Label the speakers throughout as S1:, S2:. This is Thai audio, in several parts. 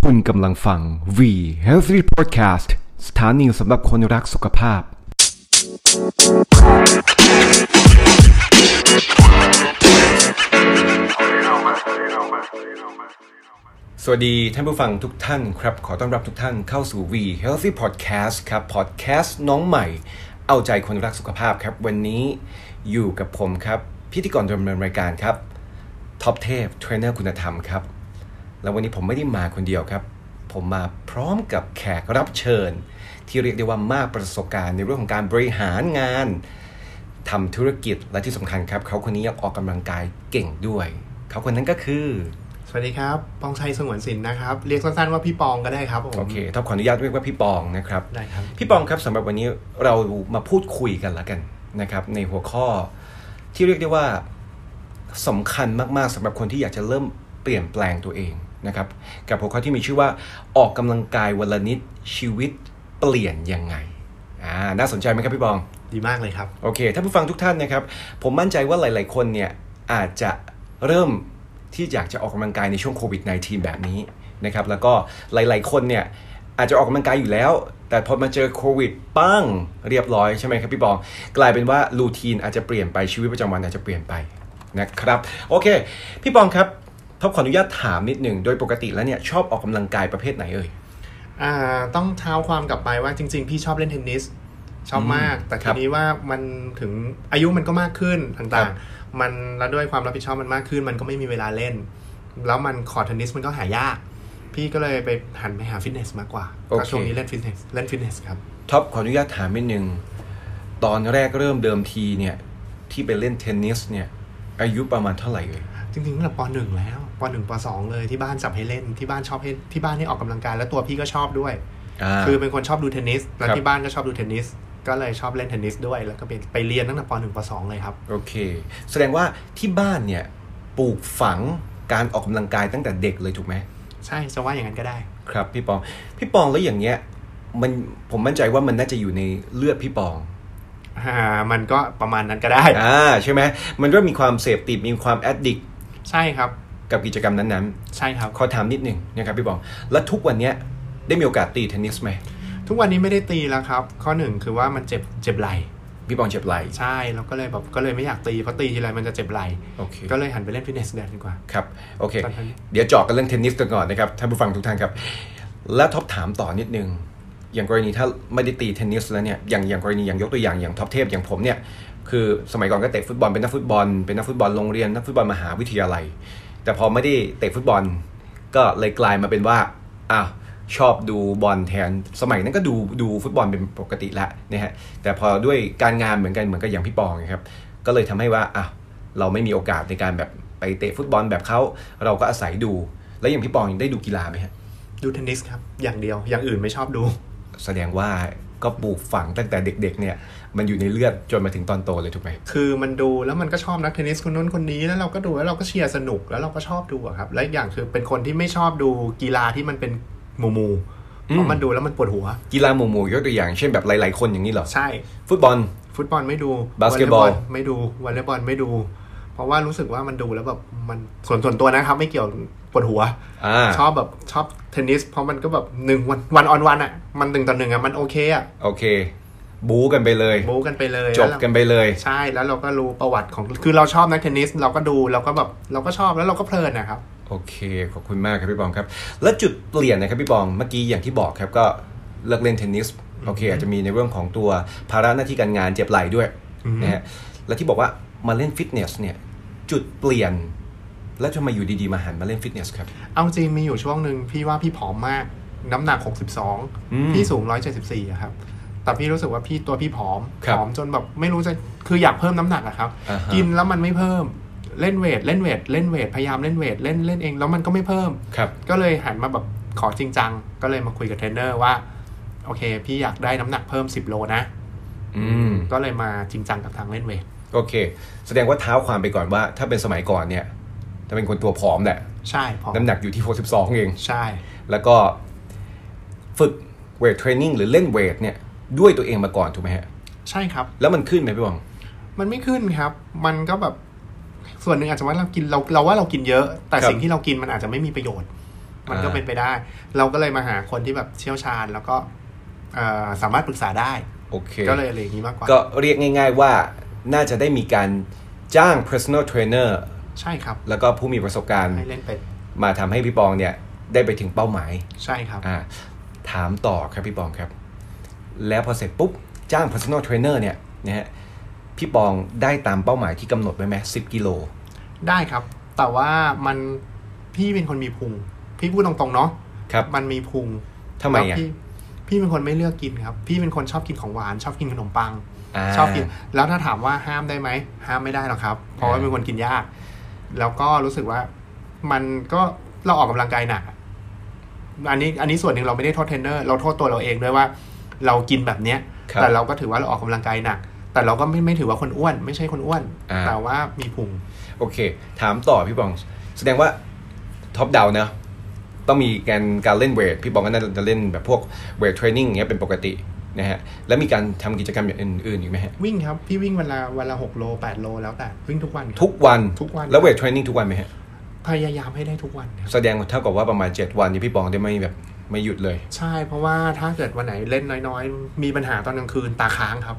S1: คุณกำลังฟัง V Healthy Podcast สถานีสำหรับคนรักสุขภาพ สวัสดีท่านผู้ฟังทุกท่านครับ ขอต้อนรับทุกท่านเข้าสู่ V Healthy Podcast ครับ Podcast น้องใหม่ เอาใจคนรักสุขภาพครับ วันนี้อยู่กับผมครับ พิธีกรดำเนินรายการครับ ท็อปเทพเทรนเนอร์คุณธรรมครับ แล้ววันนี้ผมไม่ได้มาคนเดียวครับ ผมมาพร้อมกับแขกรับเชิญ ที่เรียกได้ว่ามากประสบการณ์ในเรื่องของการบริหารงานทำธุรกิจและที่สำคัญครับ เขาคนนี้ยังออกกำลังกายเก่งด้วย เขาคนนั้นก็คือ
S2: สวัสดีครับ ปองชัยสงวนสินนะครับ เรียกสั้นๆว่าพี่ปองก็ได้ครับผม
S1: โอเคถ้าขออนุญาตเรียกว่าพี่ปองนะครับ
S2: ได้ครับ
S1: พี่ปองครับสำหรับวันนี้เรามาพูดคุยกันละกันนะครับ ในหัวข้อที่เรียกได้ว่าสำคัญมากๆสำหรับคนที่อยากจะเริ่มเปลี่ยนแปลงตัวเองนะครับ กับหัวข้อที่มีชื่อว่าออกกำลังกายวันละนิดชีวิตเปลี่ยนยังไงอ่าน่าสนใจไหมครับพี่ปอง
S2: ดีมากเลยครับ
S1: โอเคท่านผู้ฟังทุกท่านนะครับ ผมมั่นใจว่าหลาย ๆ คนเนี่ยอาจจะเริ่มที่อยากจะออกกำลังกายในช่วงโควิด -19 แบบนี้นะครับ แล้วก็หลาย ๆ คนเนี่ยอาจจะออกกำลังกายอยู่แล้ว แต่พอมาเจอโควิดปั้งเรียบร้อยใช่ไหมครับพี่บองกลายเป็นว่ารูทีนอาจจะเปลี่ยนไปชีวิตประจำวันอาจจะเปลี่ยนไปนะครับ โอเค พี่บองครับท็อปขออนุญาตถามนิดหนึ่งโดยปกติแล้วเนี่ยชอบออกกำลังกายประเภทไหนเอ่ย
S2: อ่าต้องเท้าความกลับไปว่าจริงๆ พี่ชอบเล่นเทนนิส ชอบมาก แต่
S1: ค
S2: ที
S1: รับ
S2: นี้ว่ามันถึงอายุมันก็มากขึ้น
S1: ครั
S2: ต่าง
S1: บ
S2: ๆ มันแล้วด้วยความรับผิดชอบมันมากขึ้น มันก็ไม่มีเวลาเล่น แล้วมันคอร์ตเทนนิสมันก็หายาก พี่ก็เลยไปหันไปหาฟิตเนสมากกว่า
S1: โอเค
S2: ก็ช่วงนี้เล่นฟิตเนสเล่นฟิตเนสครับ
S1: ท็อปขออนุญาตถามนิดนึง ตอนแรกเริ่มเดิมทีเนี่ย ที่ไปเล่นเทนนิสเนี่ย อายุประมาณเท่าไหร่เอ่ย
S2: จริงๆตั้งแต่ปหนึ่งแล้วปหนึ่งปสองเลยที่บ้านจับให้เล่นที่บ้านชอบให้ที่บ้านให้ออกกำลังกายแล้วตัวพี่ก็ชอบด้วย
S1: อ่า
S2: คือเป็นคนชอบดูเทนนิส แล้ว
S1: ครับ
S2: ที่บ้านก็ชอบดูเทนนิส ก็เลยชอบเล่นเทนนิสด้วย แล้วก็ไปไปเรียนตั้งแต่ปหนึ่งปสองเลยครับ
S1: โอเค แสดงว่าที่บ้านเนี่ย ปลูกฝังการออกกำลังกายตั้งแต่เด็กเลยถูกไหม
S2: ใช่จะว่าอย่างนั้นก็ได้
S1: ครับพี่ปอง พี่ปองแล้วอย่างเงี้ย มันผมมั่นใจว่ามันน่าจะอยู่ในเลือดพี่ปอง
S2: อ่า มันก็ประมาณนั้นก็ได้
S1: อ่าใช่ไหม มันเริ่มมีความเสพติดมีความแอดดิก
S2: ใช่ครับ
S1: กับกิจกรรมนั้น
S2: ใช่ครับ
S1: ๆ ขอถามนิดนึงนะครับพี่ปอง แล้วทุกวันเนี้ยได้มีโอกาสตีเทนนิสไหม
S2: ทุกวันนี้ไม่ได้ตีแล้วครับ ข้อหนึ่งคือว่ามันเจ็บเจ็บไหล่
S1: พี่ปองเจ็บไหล่
S2: ใช่แล้วก็เลยแบบก็เลยไม่อยากตีเพราะตีทีไรมันจะเจ็บไหล่
S1: โอเค
S2: ก็เลยหันไปเล่นฟิตเนสเดือนดีกว่า
S1: ครับโอเค
S2: ตอนนั้น
S1: เดี๋ยวเจาะกันเรื่องเทนนิสกันก่อนนะครับท่านผู้ฟังทุกท่านครับ และท็อปถามต่อนิดนึง อย่างกรณีถ้าไม่ได้ตีเทนนิสแล้วเนี่ยอย่างอย่างกรณีอย่างยกตัวอย่างอย่างท็อปเทพอย่างผมเนี่ยคือสมัยก่อนก็เตะฟุตบอลเป็นนักฟุตบอลเป็นนักฟุตบอลโรงเรียนนักฟุตบอลมหาวิทยาลัย แต่พอไม่ได้เตะฟุตบอล ก็เลยกลายมาเป็นว่าอ้าวชอบดูบอลแทนสมัยนั้นก็ดูดูฟุตบอลเป็นปกติละนะฮะแต่พอด้วยการงานเหมือนกันเหมือนกับอย่างพี่ปองนะครับก็เลยทำให้ว่าอ้าว เราไม่มีโอกาสในการแบบไปเตะฟุตบอลแบบเขาเราก็อาศัยดู แล้วอย่างพี่ปองได้ดูกีฬาไหมฮะ
S2: ดูเทนนิสครับ อย่างเดียว อย่างอื่นไม่ชอบดู
S1: แสดงว่าก็ปลูกฝังตั้งแต่เด็ก ๆ เนี่ย มันอยู่ในเลือดจนมาถึงตอนโตเลยถูกไหม
S2: คือมันดูแล้วมันก็ชอบนักเทนนิสคนนู้นคนนี้แล้วเราก็ดูแล้วเราก็เชียร์สนุกแล้วเราก็ชอบดูอะครับ และอีกอย่างคือเป็นคนที่ไม่ชอบดูกีฬาที่มันเป็นหมู่หมู่ๆเพราะมันดูแล้วมันปวดหัว
S1: กีฬาหมู่ๆยกตัวอย่างเช่นแบบหลาย ๆ คนอย่างนี้เหรอ
S2: ใช่
S1: ฟุตบอล
S2: ฟุตบอลไม่ดู
S1: บาสเกตบอล
S2: วย์ไม่ดูวอลเลย์บอลไม่ดู เพราะว่ารู้สึกว่ามันดูแล้วแบบมันส่วนส่วนตัวนะครับ ไม่เกี่ยวปวดหัว
S1: อ่า
S2: ชอบแบบชอบเทนนิส เพราะมันก็แบบหนึ่งวันวันออนวันอ่ะมันหนึ่งต่อหนึ่งอ่ะมันโอเคอ่ะ
S1: โอเค บู๊กันไปเลย
S2: บู๊กันไปเลย
S1: จบกันไปเลย
S2: ใช่แล้วเราก็รู้ประวัติของคือเราชอบนักเทนนิส เราก็ดูเราก็แบบเราก็ชอบแล้วเราก็เพลินนะครับ
S1: โอเค ขอบคุณมากครับพี่ปองครับ แล้วจุดเปลี่ยนนะครับพี่ปองเมื่อกี้อย่างที่บอกครับก็เลิกเล่นเทนนิสโอเค อาจจะมีในเรื่องของตัวภาระหน้าที่การงานเจ็บไหล่ด้วย
S2: อืม
S1: นะฮะแล้วที่บอกว่ามาเล่นฟิตเนสเนี่ย จุดเปลี่ยน แล้วทำไมอยู่ดีๆมาหันมาเล่นฟิตเนสครับ
S2: เอาจริงมีอยู่ช่วงหนึ่งพี่ว่าพี่ผอมมาก น้ำหนัก
S1: อืม
S2: 62 พี่สูง 174อะครับ แต่พี่รู้สึกว่าพี่ตัวพี่ผอม
S1: ครับ
S2: ผอมจนแบบไม่รู้จะคืออยากเพิ่มน้ำหนักอะครับ
S1: อ่าฮะ
S2: กินแล้วมันไม่เพิ่มเล่นเวทเล่นเวทเล่นเวทพยายามเล่นเวทเล่นเล่นเองแล้วมันก็ไม่เพิ่ม
S1: ครับ
S2: ก็เลยหันมาแบบขอจริงจัง ก็เลยมาคุยกับเทรนเนอร์ว่าโอเค พี่อยากได้น้ำหนักเพิ่ม 10 โลนะ
S1: อืม
S2: ก็เลยมาจริงจังกับทางเล่นเวท
S1: โอเค แสดงว่าเท้าความไปก่อนว่า ถ้าเป็นสมัยก่อนเนี่ยถ้าเป็นคนตัวผอมแหละ
S2: ใช่ผอม
S1: น้ำหนักอยู่ที่62เอง
S2: ใช่
S1: แล้วก็ฝึกเวทเทรนนิ่งหรือเล่นเวทเนี่ยด้วยตัวเองมาก่อนถูกไหมฮะ
S2: ใช่ครับ
S1: แล้วมันขึ้นไหมพี่ปอง
S2: มันไม่ขึ้นครับ มันก็แบบส่วนหนึ่งอาจจะว่าเรากินเราเราว่าเรากินเยอะ แต่
S1: ครับ
S2: สิ่งที่เรากินมันอาจจะไม่มีประโยชน์ มันก็
S1: อ่า
S2: เป็นไปได้ เราก็เลยมาหาคนที่แบบเชี่ยวชาญแล้วก็เอ่อสามารถปรึกษาได้
S1: โอเค
S2: ก็เลยอะไรอย่างนี้มากกว่า
S1: ก็เรียกง่าย ๆว่าน่าจะได้มีการจ้าง personal trainer
S2: ใช่ครับ
S1: แล้วก็ผู้มีประสบการณ์
S2: ให้เล่นเป็น
S1: มาทำให้พี่ปองเนี่ย ได้ไปถึงเป้าหมาย
S2: ใช่ครับ
S1: อ่า ถามต่อครับพี่ปองครับ แล้วพอเสร็จปุ๊บ จ้าง personal trainer เนี่ยนะฮะพี่ปองได้ตามเป้าหมายที่กำหนดไว้ไหมสิบกิโล
S2: ได้ครับ แต่ว่ามันพี่เป็นคนมีพุง พี่พูดตรงๆเนาะ
S1: ครับ
S2: มันมีพุง
S1: ทำไม
S2: แล้ว
S1: อ่ะ
S2: พี่พี่เป็นคนไม่เลือกกินครับ พี่เป็นคนชอบกินของหวาน ชอบกินขนมปัง
S1: า
S2: ชอบกิน แล้วถ้าถามว่าห้ามได้ไหม ห้ามไม่ได้หรอกครับ เพราะว่าเป็นคนกินยาก แล้วก็รู้สึกว่า มันก็เราออกกำลังกายหนักอะอันนี้ อันนี้ส่วนหนึ่งเราไม่ได้โทษเทรนเนอร์ เราโทษตัวเราเองด้วยว่า เรากินแบบเนี้ย
S1: ครับ
S2: แต่เราก็ถือว่าเราออกกำลังกายหนัก แต่เราก็ไม่ไม่ถือว่าคนอ้วน ไม่ใช่คนอ้วน
S1: อ่า
S2: แต่ว่ามีพุง
S1: โอเค ถามต่อพี่บอง แสดงว่าท็อปดาวเนอะต้องมีการการเล่นเวท พี่บองก็น่าจะเล่นแบบพวกเวทเทรนนิ่งเงี้ยเป็นปกตินะฮะ แล้วมีการทำกิจกรรมอย่างอื่นๆอีกไหมฮะ
S2: วิ่งครับ พี่วิ่งวันละวันละหกโลแปดโลแล้วแต่วิ่งทุกวันครับ
S1: ทุกวัน
S2: ทุกวัน
S1: แล้วเวทเทรนนิ่งทุกวันไหมฮะ
S2: พยายามให้ได้ทุกวันครับ
S1: แสดงเท่ากับว่าประมาณ 7 วันที่พี่บองได้ไม่แบบไม่หยุดเลย
S2: ใช่เพราะว่าถ้าเกิดวันไหนเล่นน้อยๆ มีปัญหาตอนกลางคืนตาค้างครับ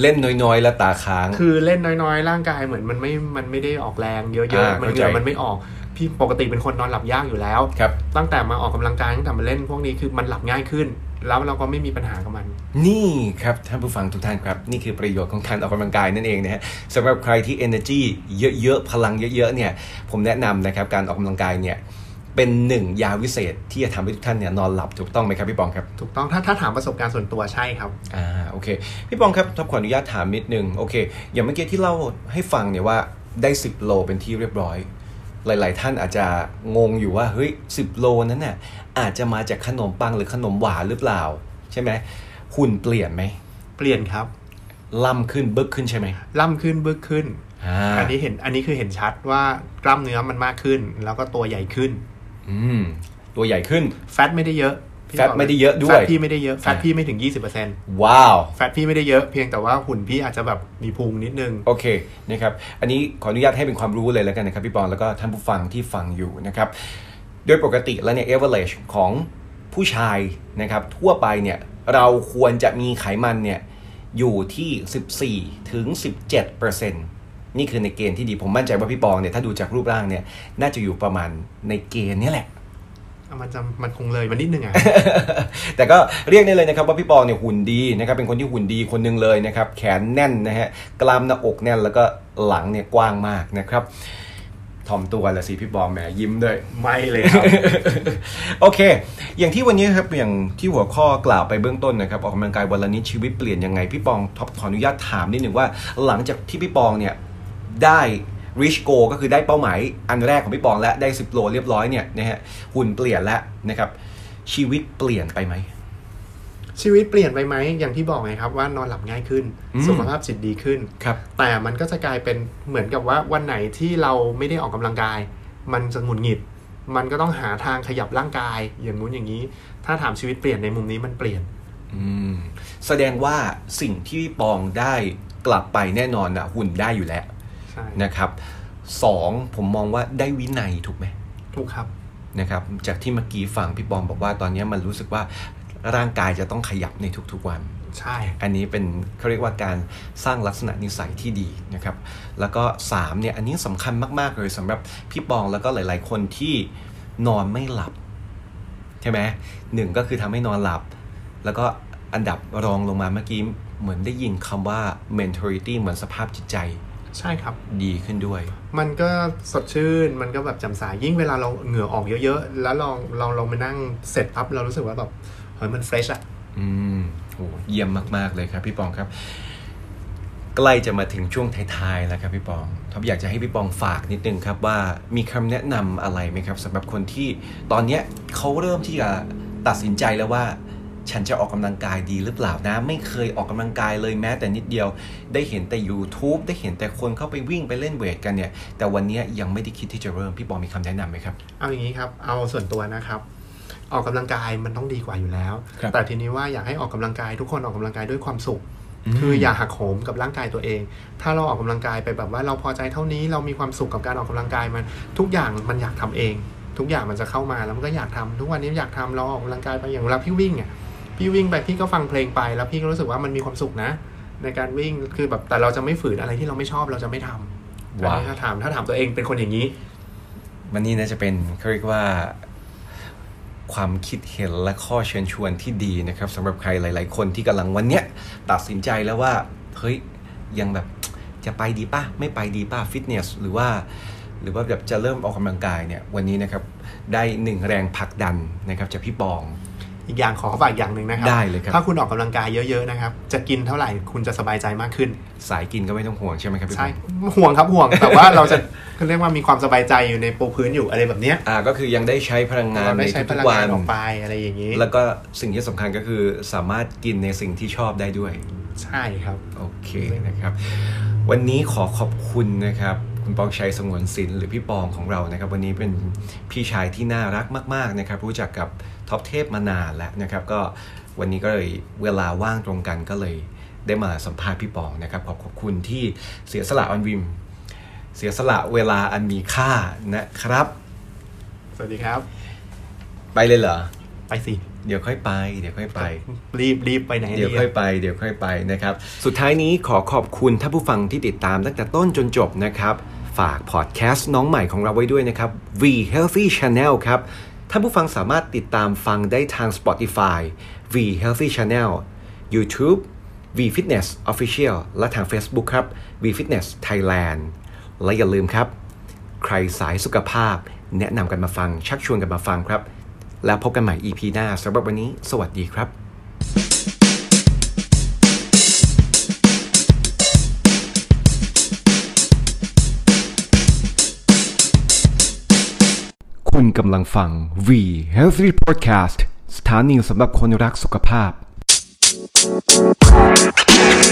S1: เล่นน้อยๆ แล้วตาค้าง
S2: คือเล่นน้อยๆ ร่างกายเหมือนมันไม่ มันไม่ได้ออกแรงเยอะ
S1: อ่า
S2: ๆ มัน
S1: เข้า
S2: เห
S1: ใจ
S2: งื่อมันไม่ออก พี่ปกติเป็นคนนอนหลับยากอยู่แล้ว
S1: ครับ
S2: ตั้งแต่มาออกกำลังกายตั้งแต่มาเล่นพวกนี้คือมันหลับง่ายขึ้น แล้วเราก็ไม่มีปัญหากับมัน
S1: นี่ครับท่านผู้ฟังทุกท่านครับ นี่คือประโยชน์ของการออกกำลังกายนั่นเองนะฮะสำหรับใครที่ energy เยอะๆ พลังเยอะๆเนี่ยผมแนะนำนะครับการออกกำลังกายเนี่ยเป็นหนึ่งยาวิเศษที่จะทำให้ทุกท่านเนี่ยนอนหลับถูกต้องไหมครับพี่ปองครับ
S2: ถูกต้อง ถ้าถ้าถามประสบการณ์ส่วนตัวใช่ครับ
S1: อ่าโอเคพี่ปองครับทับขออนุญาตถามนิดนึงโอเค อย่างเมื่อกี้ที่เล่าให้ฟังเนี่ยว่าได้ 10 โลเป็นที่เรียบร้อย หลาย ๆ ท่านอาจจะงงอยู่ว่าเฮ้ย10 โลนั้นน่ะอาจจะมาจากขนมปังหรือขนมหวานหรือเปล่า ใช่ไหมหุ่นเปลี่ยนไหม
S2: เปลี่ยนครับ
S1: ล่ำขึ้นบึกขึ้นใช่ไหม
S2: ล่ำขึ้นบึกขึ้น
S1: อ่า
S2: อันนี้เห็น อันนี้คือเห็นชัดว่ากล้ามเนื้อมันมากขึ้น แล้วก็ตัวใหญ่ขึ้น
S1: อืม ตัวใหญ่ขึ้น
S2: แฟตไม่ได้เยอะพี่
S1: แฟต
S2: บอกล
S1: ไม่ได้เยอะด้วย
S2: แฟตพี่ไม่ได้เยอะ แฟตพี่ไม่ถึง
S1: ว้าว
S2: 20%แฟตพี่ไม่ได้เยอะ เพียงแต่ว่าหุ่นพี่อาจจะแบบมีพุงนิดนึง
S1: โอเคนะครับ อันนี้ขออนุญาตให้เป็นความรู้เลยแล้วกันนะครับพี่ปอนแล้วก็ท่านผู้ฟังที่ฟังอยู่นะครับ โดยปกติแล้วเนี่ย average ของผู้ชายนะครับ ทั่วไปเนี่ย เราควรจะมีไขมันเนี่ย อยู่ที่ 14 ถึง 17 นี่คือในเกณฑ์ที่ดีผมมั่นใจว่าพี่ปองเนี่ยถ้าดูจากรูปร่างเนี่ยน่าจะอยู่ประมาณในเกณฑ์เนี้แหละ
S2: อ่ะมันจะมันคงเลยมันนิดนึงอ่ะ
S1: แต่ก็เรียกได้เลยนะครับว่าพี่ปอเนี่ยหุ่นดีนะครับเป็นคนที่หุ่นดีคนหนึ่งเลยนะครับแขนแน่นนะฮะกล้ามหน้าอกแน่นแล้วก็หลังเนี่ยกว้างมากนะครับถ่อมตัวแหละสิพี่ปอแหมยิ้มด้วย
S2: ไม่เลยครับ
S1: โอเค อย่างที่วันนี้ครับอย่างที่หัวข้อกล่าวไปเบื้องต้นนะครับออกกำลังกายวันละนิดชีวิตเปลี่ยนยังไงพี่ปองท็อปขออนุญาตถามนิดหนึ่งว่า หลังจากที่พี่ปองเนี่ยได้ reach goal ก็คือได้เป้าหมายอันแรกของพี่ปองและได้ 10 โลเรียบร้อยเนี่ยนะฮะหุ่นเปลี่ยนแล้วนะครับชีวิตเปลี่ยนไปไหม
S2: ชีวิตเปลี่ยนไปไหมอย่างที่บอกไงครับว่านอนหลับง่ายขึ้น
S1: อืม
S2: สุขภาพจิตดีขึ้น
S1: ครับ
S2: แต่มันก็จะกลายเป็นเหมือนกับว่าวันไหนที่เราไม่ได้ออกกำลังกาย มันจะหงุดหงิด มันก็ต้องหาทางขยับร่างกาย อย่างนู้นอย่างนี้ ถ้าถามชีวิตเปลี่ยนในมุมนี้มันเปลี่ยน
S1: อืม แสดงว่าสิ่งที่ปองได้กลับไปแน่นอนนะหุ่นได้อยู่แล้ว
S2: ใช่
S1: นะครับสองผมมองว่าได้วินัยถูกไหม
S2: ถูกครับ
S1: นะครับ จากที่เมื่อกี้ฟังพี่ปองบอกว่าตอนนี้มันรู้สึกว่าร่างกายจะต้องขยับในทุกๆวัน
S2: ใช่
S1: อันนี้เป็นเขาเรียกว่าการสร้างลักษณะนิสัยที่ดีนะครับ แล้วก็สามเนี่ยอันนี้สำคัญมากๆเลยสำหรับพี่ปองแล้วก็หลาย ๆ คนที่นอนไม่หลับ ใช่ไหมหนึ่งก็คือทำให้นอนหลับ แล้วก็อันดับรองลงมาเมื่อกี้เหมือนได้ยินคำว่า mentality เหมือนสภาพจิตใจ
S2: ใช่ครับ
S1: ดีขึ้นด้วย
S2: มันก็สดชื่น มันก็แบบแจำสายยิ่งเวลาเราเหงื่อออกเยอะๆ แล้วลองลองลองมานั่งเสร็จปั๊บเรารู้สึกว่าแบบเฮ้ยมันเฟรชอะ
S1: อืมโหเยี่ยมมาก ๆ เลยครับพี่ปองครับ ใกล้จะมาถึงช่วงท้ายๆแล้วครับพี่ปองท็อปอยากจะให้พี่ปองฝากนิดนึงครับว่ามีคำแนะนำอะไรไหมครับสำหรับคนที่ตอนเนี้ยเขาเริ่มที่จะตัดสินใจแล้วว่า ฉันจะออกกำลังกายดีหรือเปล่านะ ไม่เคยออกกำลังกายเลยแม้แต่นิดเดียว ได้เห็นแต่ YouTube ได้เห็นแต่คนเข้าไปวิ่งไปเล่นเวทกันเนี่ย แต่วันเนี้ยยังไม่ได้คิดที่จะเริ่มพี่ปองมีคำแนะนำไหมครับ
S2: เอาอย่างนี้ครับ เอาส่วนตัวนะครับ ออกกำลังกายมันต้องดีกว่าอยู่แล้ว
S1: ครับ
S2: แต่ทีนี้ว่าอยากให้ออกกำลังกายทุกคนออกกำลังกายด้วยความสุข คืออย่าหักโหมกับร่างกายตัวเอง ถ้าเราออกกำลังกายไปแบบว่าเราพอใจเท่านี้เรามีความสุขกับการออกกำลังกายมันทุกอย่างมันอยากทำเอง ทุกอย่างมันจะเข้ามาแล้วมันก็อยากทำทุกวันนี้อยากทำเราออกกำลังกายไปอย่างเวลาพี่วิ่งอ่ะพี่วิ่งไปพี่ก็ฟังเพลงไป แล้วพี่ก็รู้สึกว่ามันมีความสุขนะ ในการวิ่งคือแบบแต่เราจะไม่ฝืนอะไรที่เราไม่ชอบเราจะไม่ทำ
S1: ว้าว
S2: อันนี้ถ้าถามถ้าถามตัวเองเป็นคนอย่างนี้
S1: มันนี่น่าจะเป็นเขาเรียกว่า ความคิดเห็นและข้อเชิญชวนที่ดีนะครับสำหรับใครหลาย ๆ คนที่กำลังวันเนี้ยตัดสินใจแล้วว่าเฮ้ยยังแบบจะไปดีป่ะ ไม่ไปดีป่ะฟิตเนส หรือว่า หรือว่าแบบจะเริ่มออกกำลังกายเนี่ย วันนี้นะครับ ได้หนึ่งแรงผลักดันนะครับจากพี่ปอง
S2: อีกอย่างขอฝากอย่างหนึ่งนะครั
S1: ได้เลยครับ
S2: ถ้าคุณออกกำลังกายเยอะๆนะครับ จะกินเท่าไหร่คุณจะสบายใจมากขึ้น
S1: สายกินก็ไม่ต้องห่วงใช่ไหมครับพี่ป
S2: ใช่
S1: อง
S2: ห่วงครับห่วง แต่ว่าเราจะเขาเรียกว่ามีความสบายใจอยู่ในปูพื้นอยู่อะไรแบบเนี้ย
S1: อ่าก็คือยังได้ใช้พลังงาน
S2: เรา
S1: ใน
S2: ได้ใช้พ
S1: ทุก
S2: ลั
S1: ๆ
S2: ง
S1: วั
S2: งาน
S1: น
S2: ออกไปอะไรอย่างนี้
S1: แล้วก็สิ่งที่สำคัญก็คือสามารถกินในสิ่งที่ชอบได้ด้วย
S2: ใช่ครับ
S1: โอเคนะครับ วันนี้ขอขอบคุณนะครับ คุณปองชัยสงวนศิลป์หรือพี่ปองของเรานะครับ วันนี้เป็นพี่ชายที่น่ารักมาก ๆนะครับ รู้จักกับท็อปเทพมานานแล้วนะครับ ก็วันนี้ก็เลยเวลาว่างตรงกันก็เลยได้มาสัมภาษณ์พี่ปองนะครับ ขอบขอบคุณที่เสียสละอันวิม เสียสละเวลาอันมีค่านะครับ
S2: สวัสดีครับ
S1: ไปเลยเหรอ
S2: ไปสิ
S1: เดี๋ยวค่อยไป เดี๋ยวค่อยไป
S2: รีบรีบไปไหน
S1: เดี๋ยว
S2: ดี
S1: ค่อยไปเดี๋ยวค่อยไปนะครับ สุดท้ายนี้ขอขอบคุณท่านผู้ฟังที่ติดตามตั้งแต่ต้นจนจบนะครับ ฝากพอดแคสต์น้องใหม่ของเราไว้ด้วยนะครับ V Healthy Channel ครับ ท่านผู้ฟังสามารถติดตามฟังได้ทาง Spotify V Healthy Channel YouTube V Fitness Official และทาง Facebook ครับ V Fitness Thailand และอย่าลืมครับ ใครสายสุขภาพ แนะนำกันมาฟัง ชักชวนกันมาฟังครับ แล้วพบกันใหม่ EP หน้าสำหรับวันนี้ สวัสดีครับ คุณกำลังฟัง V Healthy Podcast สถานีสำหรับคนรักสุขภาพ